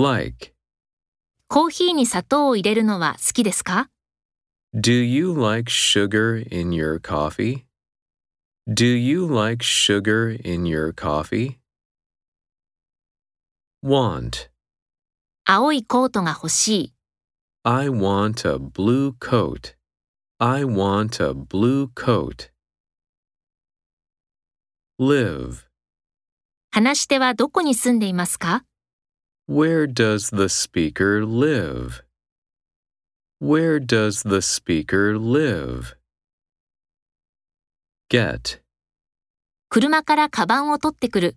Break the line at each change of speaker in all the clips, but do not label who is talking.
Like.
コーヒーに砂糖を入れるのは好きですか
Do you like sugar in your coffee? Do you like sugar in your coffee? Want.
青いコートが欲しい。
I want a blue coat. I want a blue coat. Live.
話し手はどこに住んでいますか
Where does the speaker live? Where does the speaker live? Get.
車からカバンを取ってくる。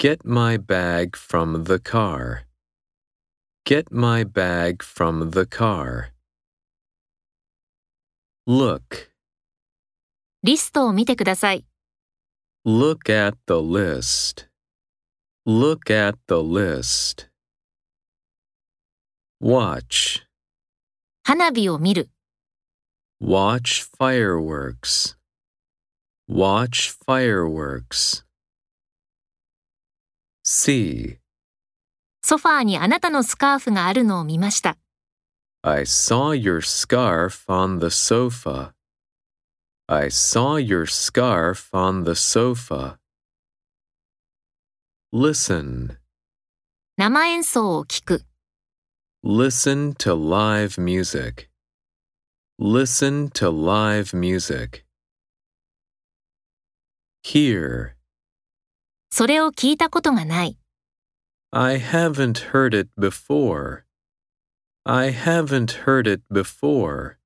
Get my bag from the car. Get my bag from the car. Look.
リストを見てください。
Look at the list. Look at the list. Watch.
花火を見る。
Watch fireworks. Watch fireworks. See.
ソファーにあなたのスカーフがあるのを見ました。
I saw your scarf on the sofa. I saw your scarf on the sofa. Listen.
生演奏を聞く。
Listen to live music. Listen to live music. Hear.
それを聞いたことがない。
I haven't heard it before. I haven't heard it before.